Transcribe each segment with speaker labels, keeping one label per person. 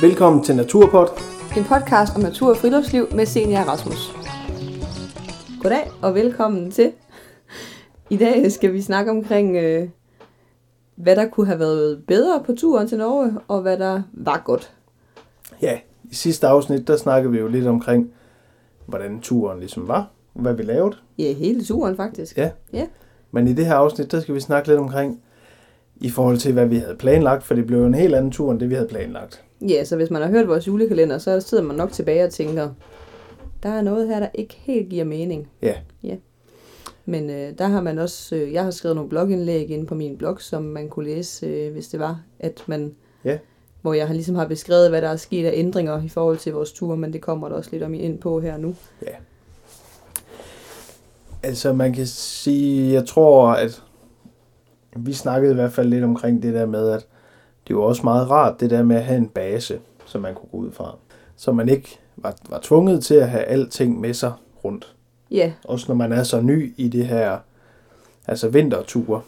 Speaker 1: Velkommen til Naturpod.
Speaker 2: En podcast om natur og friluftsliv med Senior Rasmus. Goddag og velkommen til. I dag skal vi snakke omkring, øh, hvad der kunne have været bedre på turen til Norge, og hvad der var godt.
Speaker 1: Ja, i sidste afsnit, der snakkede vi jo lidt omkring, hvordan turen ligesom var, hvad vi lavede.
Speaker 2: Ja, hele turen faktisk.
Speaker 1: Ja.
Speaker 2: Ja.
Speaker 1: Men i det her afsnit, der skal vi snakke lidt omkring, i forhold til, hvad vi havde planlagt, for det blev jo en helt anden tur, end det vi havde planlagt.
Speaker 2: Ja, så hvis man har hørt vores julekalender, så sidder man nok tilbage og tænker, der er noget her, der ikke helt giver mening.
Speaker 1: Ja,
Speaker 2: Men øh, der har man også, øh, jeg har skrevet nogle blogindlæg inde på min blog, som man kunne læse, øh, hvis det var, at man,
Speaker 1: Ja.
Speaker 2: hvor jeg har ligesom har beskrevet, hvad der er sket af ændringer i forhold til vores tur, men det kommer der også lidt om ind på her nu.
Speaker 1: altså man kan sige, jeg tror, at vi snakkede i hvert fald lidt omkring det der med, at det var også meget rart, det der med at have en base, som man kunne gå ud fra. Så man ikke var, var tvunget til at have alting med sig rundt.
Speaker 2: Ja,
Speaker 1: Også når man er så ny i det her, altså vinterture.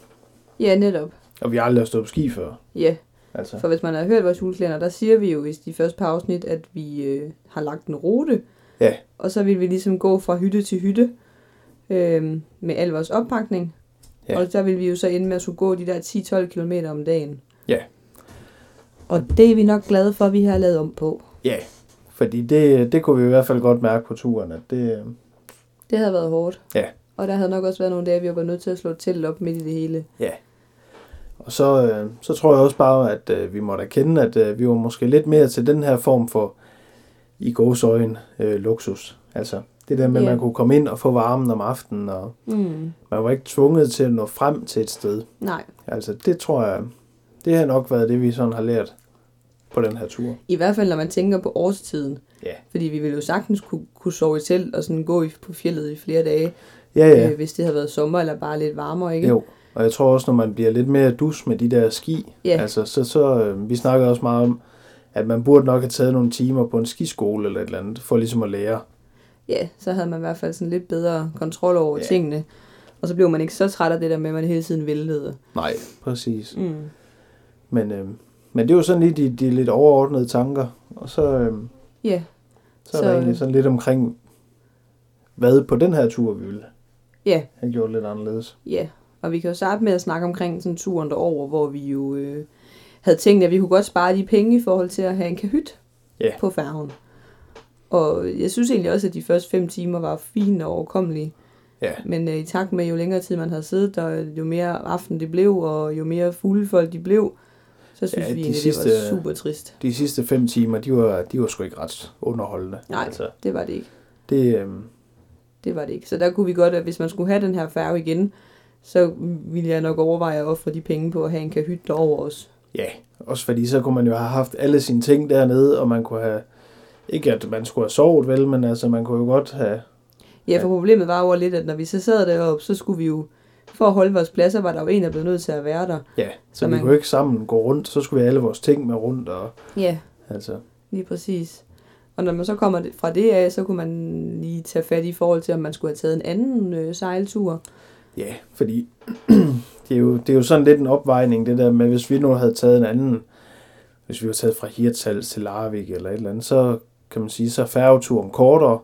Speaker 2: ja netop.
Speaker 1: Og vi har aldrig stået på ski før.
Speaker 2: Ja,
Speaker 1: Altså,
Speaker 2: for hvis man har hørt vores julekalender, der siger vi jo i de første par afsnit, at vi øh, har lagt en rute,
Speaker 1: ja,
Speaker 2: og så vil vi ligesom gå fra hytte til hytte øh, med al vores oppakning.
Speaker 1: Ja.
Speaker 2: Ja. Og der vil vi jo så ende med at skulle gå de der 10-12 km om dagen.
Speaker 1: Ja.
Speaker 2: Og det er vi nok glade for, at vi har lavet om på.
Speaker 1: ja. Fordi det, det kunne vi i hvert fald godt mærke på turen, at det, øh,
Speaker 2: Det havde været hårdt.
Speaker 1: Ja.
Speaker 2: Og der havde nok også været nogle dage, vi var nødt til at slå telt op midt i det hele.
Speaker 1: og så, øh, så tror jeg også bare, at øh, vi måtte erkende, at øh, vi var måske lidt mere til den her form for, i gåsøjen, øh, luksus. Altså, det der med, at
Speaker 2: Ja.
Speaker 1: man kunne komme ind og få varmen om aftenen, og
Speaker 2: Mm.
Speaker 1: man var ikke tvunget til at nå frem til et sted.
Speaker 2: Nej.
Speaker 1: Altså, det tror jeg, det har nok været det, vi sådan har lært på den her tur.
Speaker 2: I hvert fald, når man tænker på årstiden.
Speaker 1: Ja.
Speaker 2: Fordi vi ville jo sagtens kunne, kunne sove i telt og sådan gå i, på fjellet i flere dage,
Speaker 1: Ja, ja.
Speaker 2: øh, hvis det havde været sommer eller bare lidt varmere, ikke?
Speaker 1: Jo, og jeg tror også, når man bliver lidt mere dus med de der ski,
Speaker 2: Ja.
Speaker 1: altså, så, så øh, vi snakkede også meget om, at man burde nok have taget nogle timer på en skiskole eller et eller andet, for ligesom at lære.
Speaker 2: Ja, så havde man i hvert fald sådan lidt bedre kontrol over
Speaker 1: Ja.
Speaker 2: ja. tingene. Og så blev man ikke så træt af det der med, at man hele tiden væltede.
Speaker 1: Nej. Præcis.
Speaker 2: Mm.
Speaker 1: Men, øh, men det var sådan lige de, de lidt overordnede tanker, og så, øh,
Speaker 2: Ja,
Speaker 1: så er
Speaker 2: Så,
Speaker 1: der egentlig
Speaker 2: øh,
Speaker 1: sådan lidt omkring, hvad på den her tur vi ville
Speaker 2: ja,
Speaker 1: have gjort lidt anderledes.
Speaker 2: ja. Og vi kan jo starte med at snakke omkring sådan turen derover, hvor vi jo øh, havde tænkt, at vi kunne godt spare de penge i forhold til at have en kahyt
Speaker 1: Ja.
Speaker 2: på færgen. Og jeg synes egentlig også, at de første fem timer var fine og overkommelige.
Speaker 1: Ja.
Speaker 2: Men øh, i takt med, jo længere tid man havde siddet der, jo mere aften det blev, og jo mere fulde folk de blev, så synes
Speaker 1: Ja,
Speaker 2: ja, vi
Speaker 1: de
Speaker 2: egentlig, det
Speaker 1: sidste-
Speaker 2: var super trist.
Speaker 1: De sidste fem timer, de var, de var sgu ikke ret underholdende.
Speaker 2: Nej.
Speaker 1: Altså,
Speaker 2: Det var det ikke.
Speaker 1: det, øh,
Speaker 2: Det var det ikke. Så der kunne vi godt, at hvis man skulle have den her færge igen, så ville jeg nok overveje at ofre de penge på at have en kahyt derover os.
Speaker 1: Ja, også fordi så kunne man jo have haft alle sine ting dernede, og man kunne have... Ikke at man skulle have sovet vel, men altså man kunne jo godt have...
Speaker 2: Ja, for problemet var jo lidt, at når vi så sad deroppe, så skulle vi jo, for at holde vores pladser, var der jo en, der blev nødt til at være der.
Speaker 1: Ja, så,
Speaker 2: Så
Speaker 1: vi
Speaker 2: man-
Speaker 1: kunne ikke sammen gå rundt, så skulle vi have alle vores ting med rundt, og
Speaker 2: Ja,
Speaker 1: altså...
Speaker 2: lige præcis. Og når man så kommer det- fra det af, så kunne man lige tage fat i forhold til, om man skulle have taget en anden øh, sejltur.
Speaker 1: Ja, fordi det, er jo, det er jo sådan lidt en opvejning, det der med, hvis vi nu havde taget en anden... Hvis vi havde taget fra Hirtshals til Larvik eller et eller andet, så kan man sige, så er færgeturen kortere,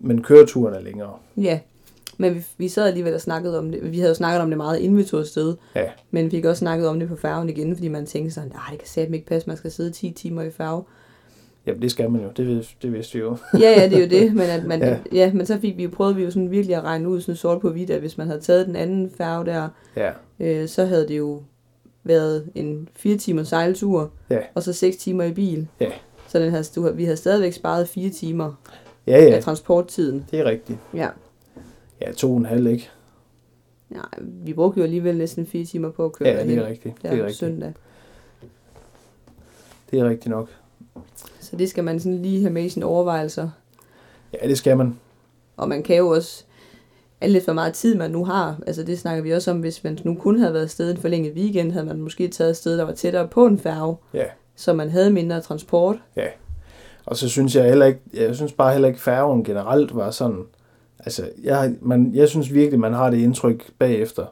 Speaker 1: men køreturen er længere.
Speaker 2: Ja, men vi, vi sad alligevel og snakkede om det. Vi havde jo snakket om det meget, inden vi tog afsted.
Speaker 1: Ja,
Speaker 2: Men vi fik også snakket om det på færgen igen, fordi man tænkte sådan, nej, det kan satme ikke passe, man skal sidde 10 timer i færge.
Speaker 1: jamen det skal man jo, det, vid- det vidste vi jo.
Speaker 2: Ja, ja, det er jo det, men, at man,
Speaker 1: Ja.
Speaker 2: ja. Ja, men så fik vi jo prøvet vi jo sådan virkelig at regne ud sådan sort på hvidt, at hvis man havde taget den anden færge der,
Speaker 1: Ja,
Speaker 2: øh, så havde det jo været en 4 timer sejltur,
Speaker 1: Ja.
Speaker 2: og så 6 timer i bil.
Speaker 1: Ja.
Speaker 2: Så den havde, du, havde- vi havde stadigvæk sparet 4 timer
Speaker 1: ja,
Speaker 2: ja.
Speaker 1: ja
Speaker 2: af transporttiden.
Speaker 1: det er rigtigt.
Speaker 2: Ja.
Speaker 1: Ja, to og en halv, ikke?
Speaker 2: Nej, vi brugte jo alligevel næsten 4 timer på at køre
Speaker 1: Ja, det
Speaker 2: derhen
Speaker 1: er rigtigt. Det
Speaker 2: der
Speaker 1: er
Speaker 2: om
Speaker 1: rigtigt.
Speaker 2: søndag.
Speaker 1: Det er rigtigt nok.
Speaker 2: Så det skal man sådan lige have med i sine overvejelser.
Speaker 1: Ja, det skal man.
Speaker 2: Og man kan jo også alt lidt for meget tid, man nu har. Altså det snakker vi også om, hvis man nu kun havde været afsted en forlænget weekend, havde man måske taget afsted, der var tættere på en færge,
Speaker 1: Ja.
Speaker 2: så man havde mindre transport.
Speaker 1: Og så synes jeg heller ikke, jeg synes bare heller ikke færgen generelt var sådan, altså, jeg, man, jeg synes virkelig, man har det indtryk bagefter.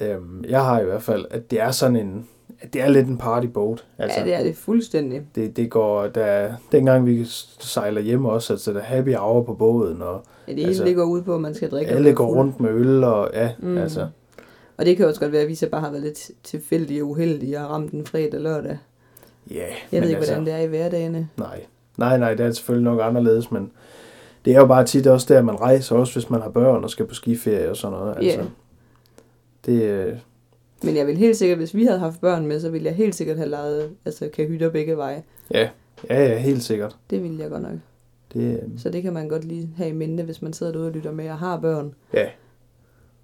Speaker 1: Øhm, jeg har i hvert fald, at det er sådan en, det er lidt en partyboat.
Speaker 2: Altså,
Speaker 1: Altså,
Speaker 2: ja, det er det fuldstændig.
Speaker 1: det, det går, der, dengang vi sejler hjem også, altså der er happy hour på båden, og
Speaker 2: Ja, det hele
Speaker 1: Altså,
Speaker 2: altså, det går ud på, at man skal drikke. og
Speaker 1: alle
Speaker 2: blive
Speaker 1: går
Speaker 2: fuld.
Speaker 1: rundt med øl, og ja, mm.
Speaker 2: Mm.
Speaker 1: altså,
Speaker 2: Og det kan også godt være, at vi så bare har været lidt tilfældige og uheldige og ramt en fredag lørdag.
Speaker 1: ja. Yeah,
Speaker 2: Jeg ved ikke,
Speaker 1: altså,
Speaker 2: hvordan det er i hverdagene.
Speaker 1: Nej. nej, nej, det er selvfølgelig nok anderledes, men det er jo bare tit også der, man rejser, også hvis man har børn og skal på skiferie og sådan noget. Altså,
Speaker 2: Ja.
Speaker 1: det, øh,
Speaker 2: Men jeg vil helt sikkert, hvis vi havde haft børn med, så ville jeg helt sikkert have lejet altså, kahytter begge veje.
Speaker 1: ja, ja, helt sikkert.
Speaker 2: Det ville jeg godt nok.
Speaker 1: Det, øh,
Speaker 2: Så det kan man godt lige have i minde, hvis man sidder derude og lytter med og har børn.
Speaker 1: Ja.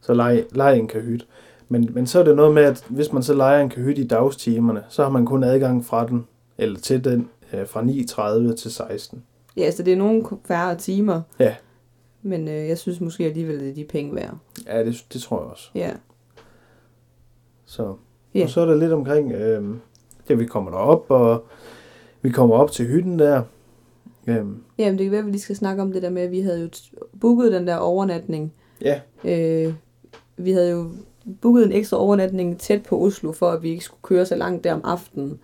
Speaker 1: Så lege, lege en kahyt. Men, men så er det noget med, at hvis man så leger en kahyt i dagstimerne, så har man kun adgang fra den, eller til den, øh, fra 9.30 til 16.
Speaker 2: Ja, så det er nogle færre timer.
Speaker 1: Ja.
Speaker 2: Men øh, jeg synes måske alligevel, det er de penge værd.
Speaker 1: Ja, det, det tror jeg også.
Speaker 2: Ja.
Speaker 1: Så.
Speaker 2: Ja.
Speaker 1: Og så er der lidt omkring, øh, ja, vi kommer derop, og vi kommer op til hytten der. Øh,
Speaker 2: Jamen, det kan være, at vi lige skal snakke om det der med, at vi havde jo t- booket den der overnatning.
Speaker 1: ja,
Speaker 2: Øh, vi havde jo booket en ekstra overnatning tæt på Oslo, for at vi ikke skulle køre så langt der om aftenen.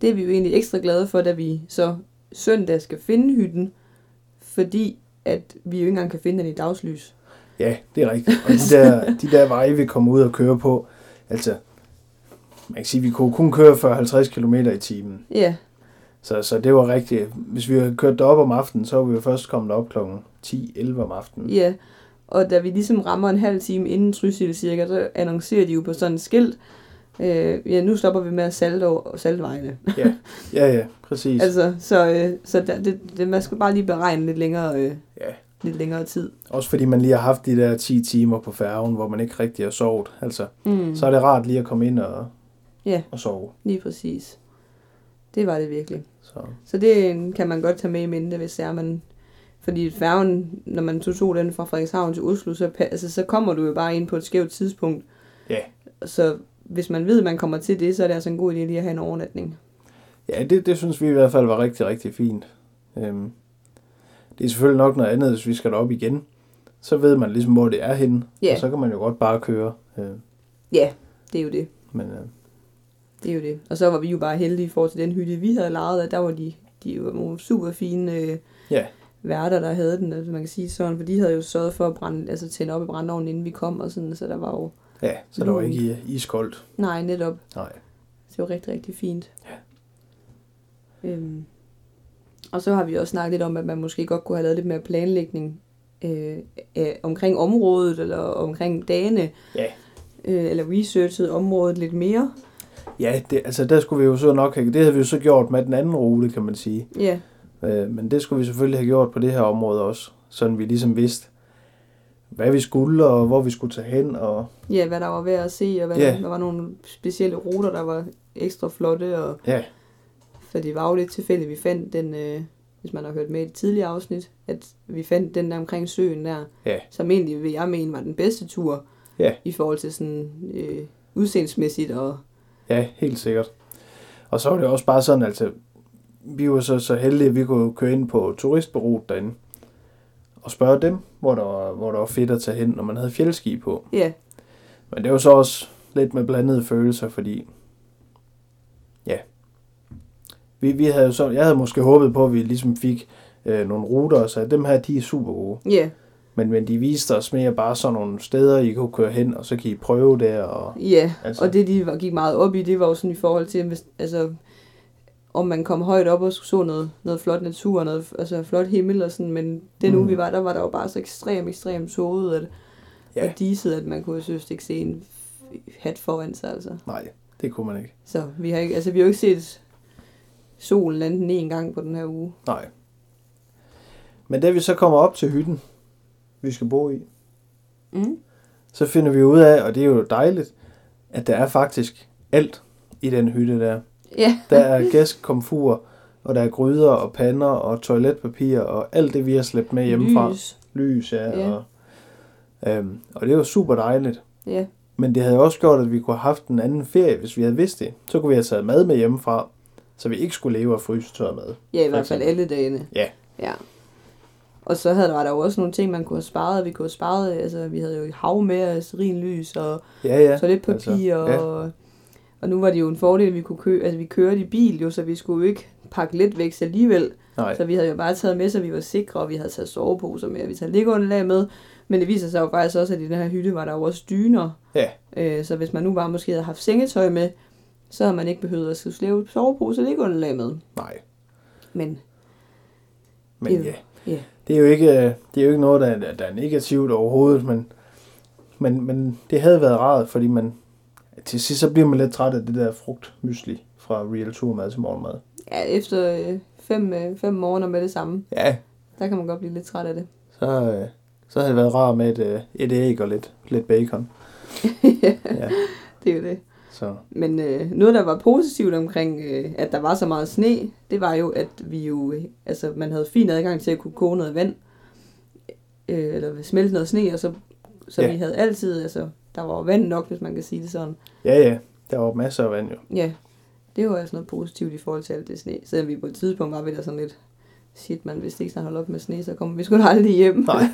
Speaker 2: Det er vi jo egentlig ekstra glade for, da vi så søndag skal finde hytten, fordi at vi jo ikke engang kan finde den i dagslys.
Speaker 1: ja, det er rigtigt. Og de der, de der veje, vi kommer ud og kører på, altså, man kan sige, vi kunne kun køre 40-50 km i timen.
Speaker 2: Ja,
Speaker 1: Så, så det var rigtigt. Hvis vi havde kørt derop om aftenen, så var vi jo først kommet op kl. 10-11 om aftenen.
Speaker 2: ja. Og da vi ligesom rammer en halv time inden Trysil cirka, så annoncerer de jo på sådan et skilt, øh, ja, nu stopper vi med at salte over saltvejene.
Speaker 1: Ja, ja, præcis. Altså,
Speaker 2: Altså, så, øh, så der, det, det, man skal bare lige beregne lidt længere, øh,
Speaker 1: ja.
Speaker 2: lidt længere tid.
Speaker 1: Også fordi man lige har haft de der 10 timer på færgen, hvor man ikke rigtig har sovet. Altså,
Speaker 2: Mm.
Speaker 1: så er det rart lige at komme ind og,
Speaker 2: Ja.
Speaker 1: og sove.
Speaker 2: Lige præcis. Det var det virkelig.
Speaker 1: Så,
Speaker 2: Så det øh, kan man godt tage med i minde, hvis det er, man... Fordi færgen, når man tog, tog den fra Frederikshavn til Oslo, så, pa- altså, så kommer du jo bare ind på et skævt tidspunkt.
Speaker 1: Ja.
Speaker 2: Så hvis man ved, at man kommer til det, så er det altså en god idé lige at have en overnatning.
Speaker 1: ja, det, det synes vi i hvert fald var rigtig, rigtig fint. Øhm, det er selvfølgelig nok noget andet, hvis vi skal derop igen. Så ved man ligesom, hvor det er henne.
Speaker 2: Ja.
Speaker 1: Og så kan man jo godt bare køre. Øh,
Speaker 2: Det er jo det.
Speaker 1: men øh,
Speaker 2: Det er jo det. Og så var vi jo bare heldige i forhold til den hytte, vi havde lejet, og der var de, de var nogle super fine øh,
Speaker 1: Ja.
Speaker 2: værter, der havde den, altså man kan sige sådan, for de havde jo sørget for at brænde, altså tænde op i brændeovnen, inden vi kom, og sådan, så der var jo,
Speaker 1: ja, så der var ikke iskoldt.
Speaker 2: nej, netop,
Speaker 1: Nej.
Speaker 2: det var rigtig, rigtig fint. Ja. Øhm. Og så har vi også snakket lidt om, at man måske godt kunne have lavet lidt mere planlægning øh, øh, omkring området, eller omkring dagene,
Speaker 1: Ja.
Speaker 2: øh, eller researchet området lidt mere.
Speaker 1: Ja, det, altså der skulle vi jo så nok have, det havde vi jo så gjort med den anden rute, kan man sige.
Speaker 2: Ja,
Speaker 1: Øh, men det skulle vi selvfølgelig have gjort på det her område også, sådan vi ligesom vidste, hvad vi skulle og hvor vi skulle tage hen. Og,
Speaker 2: Ja, hvad der var værd at se, og hvad
Speaker 1: Ja.
Speaker 2: yeah. der var nogle specielle ruter, der var ekstra flotte. Og,
Speaker 1: ja,
Speaker 2: for det var jo lidt tilfældigt, vi fandt den, øh, hvis man har hørt med i et tidligere afsnit, at vi fandt den der omkring søen der,
Speaker 1: Ja.
Speaker 2: som egentlig, vil jeg mene, var den bedste tur
Speaker 1: Ja.
Speaker 2: i forhold til sådan øh, udseendsmæssigt. Og,
Speaker 1: ja, helt sikkert. Og så var det også bare sådan, altså, vi var så, så heldige, at vi kunne køre ind på turistbureauet derinde og spørge dem, hvor der, var, hvor der var fedt at tage hen, når man havde fjeldski på.
Speaker 2: ja,
Speaker 1: Men det var så også lidt med blandede følelser, fordi... Ja. Vi, vi havde jo så, jeg havde måske håbet på, at vi ligesom fik øh, nogle ruter og sagde, dem her, de er super gode.
Speaker 2: ja,
Speaker 1: Men, men de viste os mere bare sådan nogle steder, I kunne køre hen, og så kan I prøve der. Og,
Speaker 2: ja.
Speaker 1: altså,
Speaker 2: Og det, de var- gik meget op i, det var jo sådan i forhold til, hvis, altså, om man kom højt op og så noget, noget flot natur, og noget altså, flot himmel og sådan, men den mm. uge,
Speaker 1: Mm.
Speaker 2: vi var, der var der jo bare så ekstremt, ekstremt tåget, at,
Speaker 1: Ja.
Speaker 2: ja. og diset, at man kunne jo synes, ikke se en f- hat foran sig, altså.
Speaker 1: Nej, det kunne man ikke.
Speaker 2: Så vi har ikke, altså, vi har jo ikke set solen lande den en gang på den her uge.
Speaker 1: Nej. Men da vi så kommer op til hytten, vi skal bo i,
Speaker 2: Mm.
Speaker 1: så finder vi ud af, og det er jo dejligt, at der er faktisk alt i den hytte der.
Speaker 2: Ja,
Speaker 1: Der er gæstkomfur, og der er gryder og pander og toiletpapir og alt det, vi har slæbt med hjemmefra. Lys,
Speaker 2: lys.
Speaker 1: Lys ja.
Speaker 2: Ja.
Speaker 1: Og, øhm, og det var super dejligt.
Speaker 2: Ja,
Speaker 1: Men det havde også gjort, at vi kunne have haft en anden ferie, hvis vi havde vidst det. Så kunne vi have taget mad med hjemmefra, så vi ikke skulle leve af frysetør mad.
Speaker 2: ja i
Speaker 1: For
Speaker 2: hvert fald
Speaker 1: eksempel.
Speaker 2: alle dagene.
Speaker 1: Ja.
Speaker 2: Ja. Og så havde var der jo også nogle ting, man kunne have sparet. Vi kunne have sparet, altså vi havde jo hav med os, rin lys og
Speaker 1: Ja, ja.
Speaker 2: toiletpapir
Speaker 1: altså, ja.
Speaker 2: og, Og nu var det jo en fordel, at vi kunne køre, altså vi kørte i bil jo, så vi skulle jo ikke pakke lidt væk alligevel.
Speaker 1: Nej,
Speaker 2: Så vi havde jo bare taget med, så vi var sikre, og vi havde taget soveposer med, og vi taget liggeunderlag med. Men det viser sig jo faktisk også, at i den her hytte var der jo også dyner.
Speaker 1: Ja.
Speaker 2: Øh, så hvis man nu bare måske havde haft sengetøj med, så havde man ikke behøvet at skulle slæve sovepose og liggeunderlag med.
Speaker 1: nej.
Speaker 2: Men
Speaker 1: Men
Speaker 2: Øh,
Speaker 1: ja.
Speaker 2: ja.
Speaker 1: Det er jo ikke, øh, det er jo ikke noget, der er, der er negativt overhovedet, men, men, men det havde været rart, fordi man til sidst så bliver man lidt træt af det der frugtmysli fra Real Tour mad til morgenmad.
Speaker 2: ja, efter øh, fem, øh, fem morgener med det samme,
Speaker 1: Ja,
Speaker 2: der kan man godt blive lidt træt af det.
Speaker 1: så, øh, så havde det været rart med et, øh, et æg og lidt, lidt bacon. ja,
Speaker 2: Det er jo det.
Speaker 1: så
Speaker 2: Men øh, noget, der var positivt omkring, øh, at der var så meget sne, det var jo, at vi jo, øh, altså, man havde fin adgang til at kunne koge noget vand, øh, eller smelte noget sne, og så, så
Speaker 1: Ja.
Speaker 2: vi havde altid, altså, der var jo vand nok, hvis man kan sige det sådan.
Speaker 1: ja, ja, der var masser af vand jo.
Speaker 2: Ja, det var altså noget positivt i forhold til alt det sne. Selvom vi på et tidspunkt var ved der sådan lidt, shit man, hvis det ikke snart holder op med sne, så kommer vi sgu da aldrig hjem.
Speaker 1: Nej.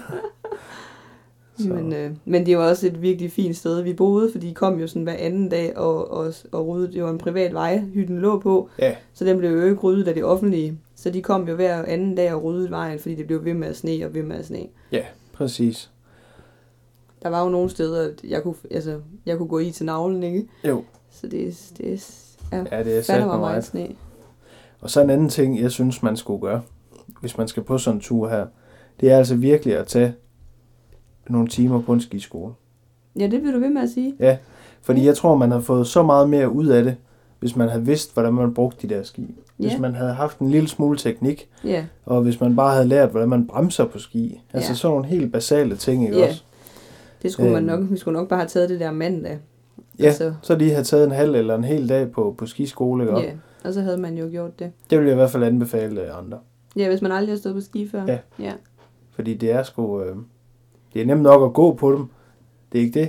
Speaker 1: Så,
Speaker 2: Men, øh, men det var også et virkelig fint sted, vi boede, fordi de kom jo sådan hver anden dag og, og, og ryddede. Det var en privat vej, hytten lå på,
Speaker 1: Ja.
Speaker 2: så den blev jo ikke ryddet af det offentlige. Så de kom jo hver anden dag og ryddede vejen, fordi det blev ved med at sne og ved med at sne.
Speaker 1: ja, præcis.
Speaker 2: Der var jo nogle steder, at jeg kunne, altså, jeg kunne gå i til navlen, ikke?
Speaker 1: Jo,
Speaker 2: Så det, det ja,
Speaker 1: ja, det er
Speaker 2: fandme
Speaker 1: sat mig
Speaker 2: var meget
Speaker 1: meget.
Speaker 2: sne.
Speaker 1: Og så en anden ting, jeg synes, man skulle gøre, hvis man skal på sådan en tur her, det er altså virkelig at tage nogle timer på en skiskole.
Speaker 2: Ja, det blev du ved med at sige.
Speaker 1: Fordi jeg tror, man har fået så meget mere ud af det, hvis man havde vidst, hvordan man brugte de der ski. Hvis
Speaker 2: Ja.
Speaker 1: man havde haft en lille smule teknik,
Speaker 2: Ja,
Speaker 1: og hvis man bare havde lært, hvordan man bremser på ski. Altså
Speaker 2: Ja.
Speaker 1: sådan nogle helt basale ting, ikke
Speaker 2: Ja.
Speaker 1: også?
Speaker 2: det skulle man
Speaker 1: Øhm.
Speaker 2: nok, vi skulle nok bare have taget det der mandag.
Speaker 1: Ja,
Speaker 2: Altså,
Speaker 1: så lige have taget en halv eller en hel dag på, på skiskole, ikke også?
Speaker 2: ja, og så havde man jo gjort det.
Speaker 1: Det vil jeg i hvert fald anbefale øh, andre.
Speaker 2: Ja, hvis man aldrig har stået på ski før.
Speaker 1: Ja.
Speaker 2: ja.
Speaker 1: Fordi det er sgu... Øh, det er nemt nok at gå på dem. Det er ikke det.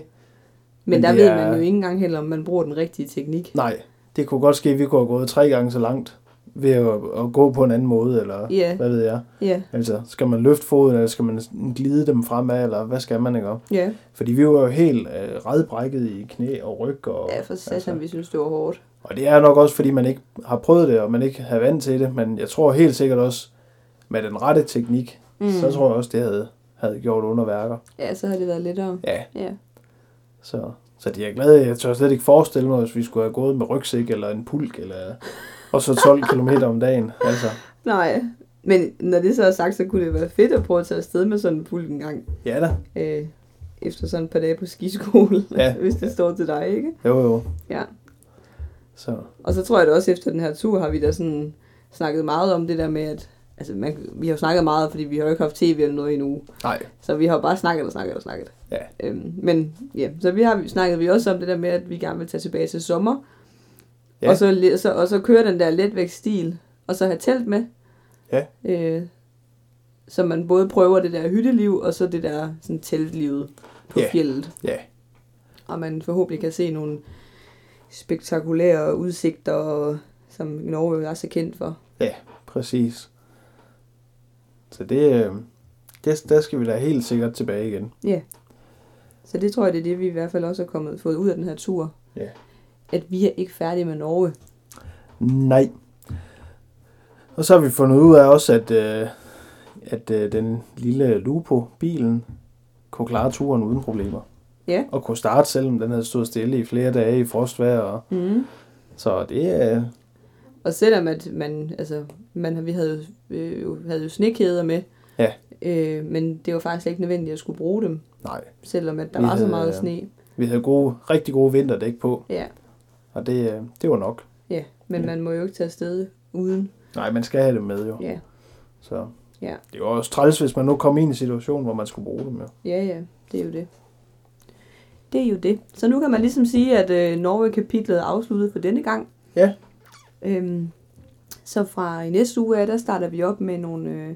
Speaker 2: Men,
Speaker 1: Men
Speaker 2: der
Speaker 1: det
Speaker 2: ved
Speaker 1: er-
Speaker 2: man jo ikke engang heller, om man bruger den rigtige teknik.
Speaker 1: Nej, det kunne godt ske, at vi kunne have gået tre gange så langt ved at, at gå på en anden måde, eller
Speaker 2: Ja.
Speaker 1: hvad ved jeg.
Speaker 2: Ja,
Speaker 1: Altså, skal man løfte foden, eller skal man glide dem fremad, eller hvad skal man, ikke?
Speaker 2: ja.
Speaker 1: Fordi vi var jo helt øh, redbrækket i knæ og ryg, og, altså,
Speaker 2: Ja, for satan, vi synes, det var hårdt.
Speaker 1: og det er nok også, fordi man ikke har prøvet det, og man ikke har vant til det, men jeg tror helt sikkert også, med den rette teknik, mm. så tror jeg også, det havde, havde gjort underværker.
Speaker 2: Ja, så har det været lettere.
Speaker 1: Ja,
Speaker 2: Ja.
Speaker 1: så, så det er jeg glad, jeg tør slet ikke forestille mig, hvis vi skulle have gået med rygsæk eller en pulk, eller, og så 12 km om dagen. Altså,
Speaker 2: Nej, men når det så er sagt, så kunne det være fedt at prøve at tage afsted med sådan en pulk en gang.
Speaker 1: ja da.
Speaker 2: Øh, efter sådan et par dage på skiskole,
Speaker 1: Ja.
Speaker 2: hvis det står til dig, ikke?
Speaker 1: Jo, jo.
Speaker 2: Ja.
Speaker 1: Så,
Speaker 2: Og så tror jeg da også, efter den her tur har vi da sådan snakket meget om det der med, at altså, man, vi har jo snakket meget, fordi vi har jo ikke haft tv eller noget endnu.
Speaker 1: nej.
Speaker 2: Så vi har jo bare snakket og snakket og snakket.
Speaker 1: Ja.
Speaker 2: Øhm, men ja, så vi har snakket vi også om det der med, at vi gerne vil tage tilbage til sommer.
Speaker 1: Ja.
Speaker 2: Ja. Og, så, le- så, og så køre den der letvægtstil, og så have telt med.
Speaker 1: Ja.
Speaker 2: Øh, så man både prøver det der hytteliv, og så det der sådan, teltlivet på
Speaker 1: Ja.
Speaker 2: fjellet.
Speaker 1: Ja,
Speaker 2: Og man forhåbentlig kan se nogle spektakulære udsigter, som Norge jo er så kendt for.
Speaker 1: præcis. Så det, øh, det, der skal vi da helt sikkert tilbage igen.
Speaker 2: Så det tror jeg, det er det, vi i hvert fald også har kommet, fået ud af den her tur.
Speaker 1: Ja.
Speaker 2: At vi er ikke færdige med Norge.
Speaker 1: Nej. Og så har vi fundet ud af også, at, øh, at øh, den lille Lupo, bilen, kunne klare turen uden problemer.
Speaker 2: Ja.
Speaker 1: Og kunne starte, selvom den havde stået stille i flere dage i frostvejr. Og,
Speaker 2: Mm.
Speaker 1: så det er... Øh,
Speaker 2: Og selvom at man, altså, man, vi havde, jo- øh, havde jo snekæder med,
Speaker 1: Ja.
Speaker 2: øh, men det var faktisk slet ikke nødvendigt at skulle bruge dem,
Speaker 1: nej,
Speaker 2: selvom at der
Speaker 1: Vi
Speaker 2: var så
Speaker 1: havde,
Speaker 2: meget
Speaker 1: øh,
Speaker 2: sne.
Speaker 1: vi havde gode, rigtig gode vinterdæk på,
Speaker 2: Ja,
Speaker 1: og det, øh, det var nok.
Speaker 2: ja. men
Speaker 1: Ja.
Speaker 2: ja. man må jo ikke tage afsted uden.
Speaker 1: Nej, man skal have det med jo.
Speaker 2: Ja,
Speaker 1: Så
Speaker 2: Ja.
Speaker 1: det var også træls, hvis man nu kom i en situation, hvor man skulle bruge dem. Jo.
Speaker 2: ja, ja, det er jo det. Det er jo det. Så nu kan man ligesom sige, at øh, Norge-kapitlet er afsluttet for denne gang.
Speaker 1: Ja.
Speaker 2: Øhm, så fra i næste uge af, der starter vi op med nogle... Øh,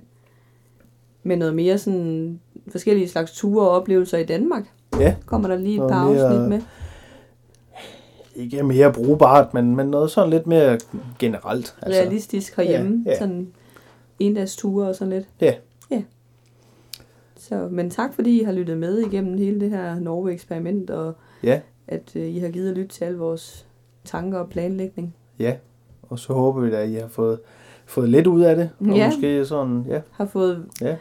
Speaker 2: med noget mere sådan forskellige slags ture og oplevelser i Danmark.
Speaker 1: Ja,
Speaker 2: Kommer der lige et
Speaker 1: Noget
Speaker 2: par
Speaker 1: mere-
Speaker 2: afsnit med.
Speaker 1: ikke mere brugbart, men, men noget sådan lidt mere generelt.
Speaker 2: altså, realistisk herhjemme.
Speaker 1: Ja, ja.
Speaker 2: Ja, ja. Sådan en dags ture og sådan lidt.
Speaker 1: Ja.
Speaker 2: ja. Så, men tak fordi I har lyttet med igennem hele det her Norge-eksperiment, og
Speaker 1: Ja,
Speaker 2: at øh, I har givet at lytte til alle vores tanker og planlægning.
Speaker 1: Ja, og så håber vi da, at I har fået, fået lidt ud af det. Og
Speaker 2: Ja.
Speaker 1: måske sådan, ja,
Speaker 2: Har fået
Speaker 1: Ja.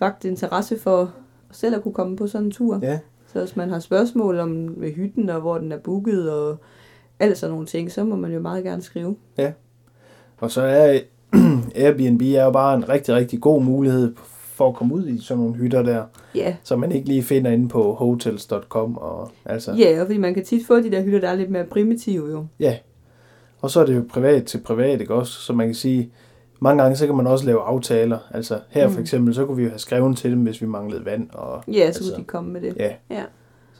Speaker 2: vagt interesse for selv at kunne komme på sådan en tur.
Speaker 1: ja,
Speaker 2: Så hvis man har spørgsmål om ved hytten og hvor den er booket og alt sådan nogle ting, så må man jo meget gerne skrive.
Speaker 1: Og så er Airbnb er jo bare en rigtig, rigtig god mulighed for at komme ud i sådan nogle hytter der,
Speaker 2: Ja,
Speaker 1: som man ikke lige finder inde på hotels.com. Og, altså,
Speaker 2: ja og fordi man kan tit få de der hytter, der er lidt mere primitive jo.
Speaker 1: og så er det jo privat til privat, ikke også? Så man kan sige, mange gange så kan man også lave aftaler. Altså her for
Speaker 2: Mm.
Speaker 1: eksempel, så kunne vi jo have skrevet til dem, hvis vi manglede vand. Og,
Speaker 2: Ja, så
Speaker 1: Altså,
Speaker 2: altså, de komme med det.
Speaker 1: ja.
Speaker 2: Ja.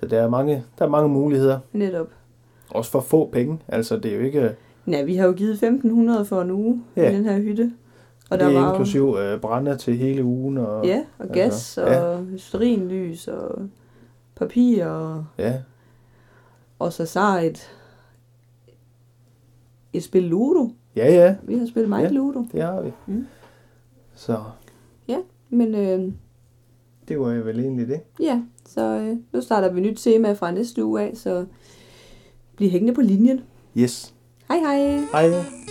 Speaker 1: Så der er, mange, der er mange muligheder.
Speaker 2: Netop.
Speaker 1: Også for få penge. Altså det er jo ikke,
Speaker 2: Ja, vi har jo givet 1.500 for en uge
Speaker 1: Ja.
Speaker 2: i den her hytte.
Speaker 1: og det er inklusiv øh, brænder til hele ugen. Og,
Speaker 2: jo, ja, og
Speaker 1: altså,
Speaker 2: gas
Speaker 1: ja.
Speaker 2: og sterinlys og papir og,
Speaker 1: ja.
Speaker 2: og så så et, et spil Ludo.
Speaker 1: Ja, ja,
Speaker 2: Vi har spillet meget
Speaker 1: Ja.
Speaker 2: ja. Ludo.
Speaker 1: det har vi.
Speaker 2: Mm.
Speaker 1: Så
Speaker 2: Men øh,
Speaker 1: det var jo vel egentlig det.
Speaker 2: Ja, så øh, nu starter vi nyt tema fra næste uge af, så bliv hængende på linjen.
Speaker 1: Yes.
Speaker 2: Hej hej!
Speaker 1: Hej.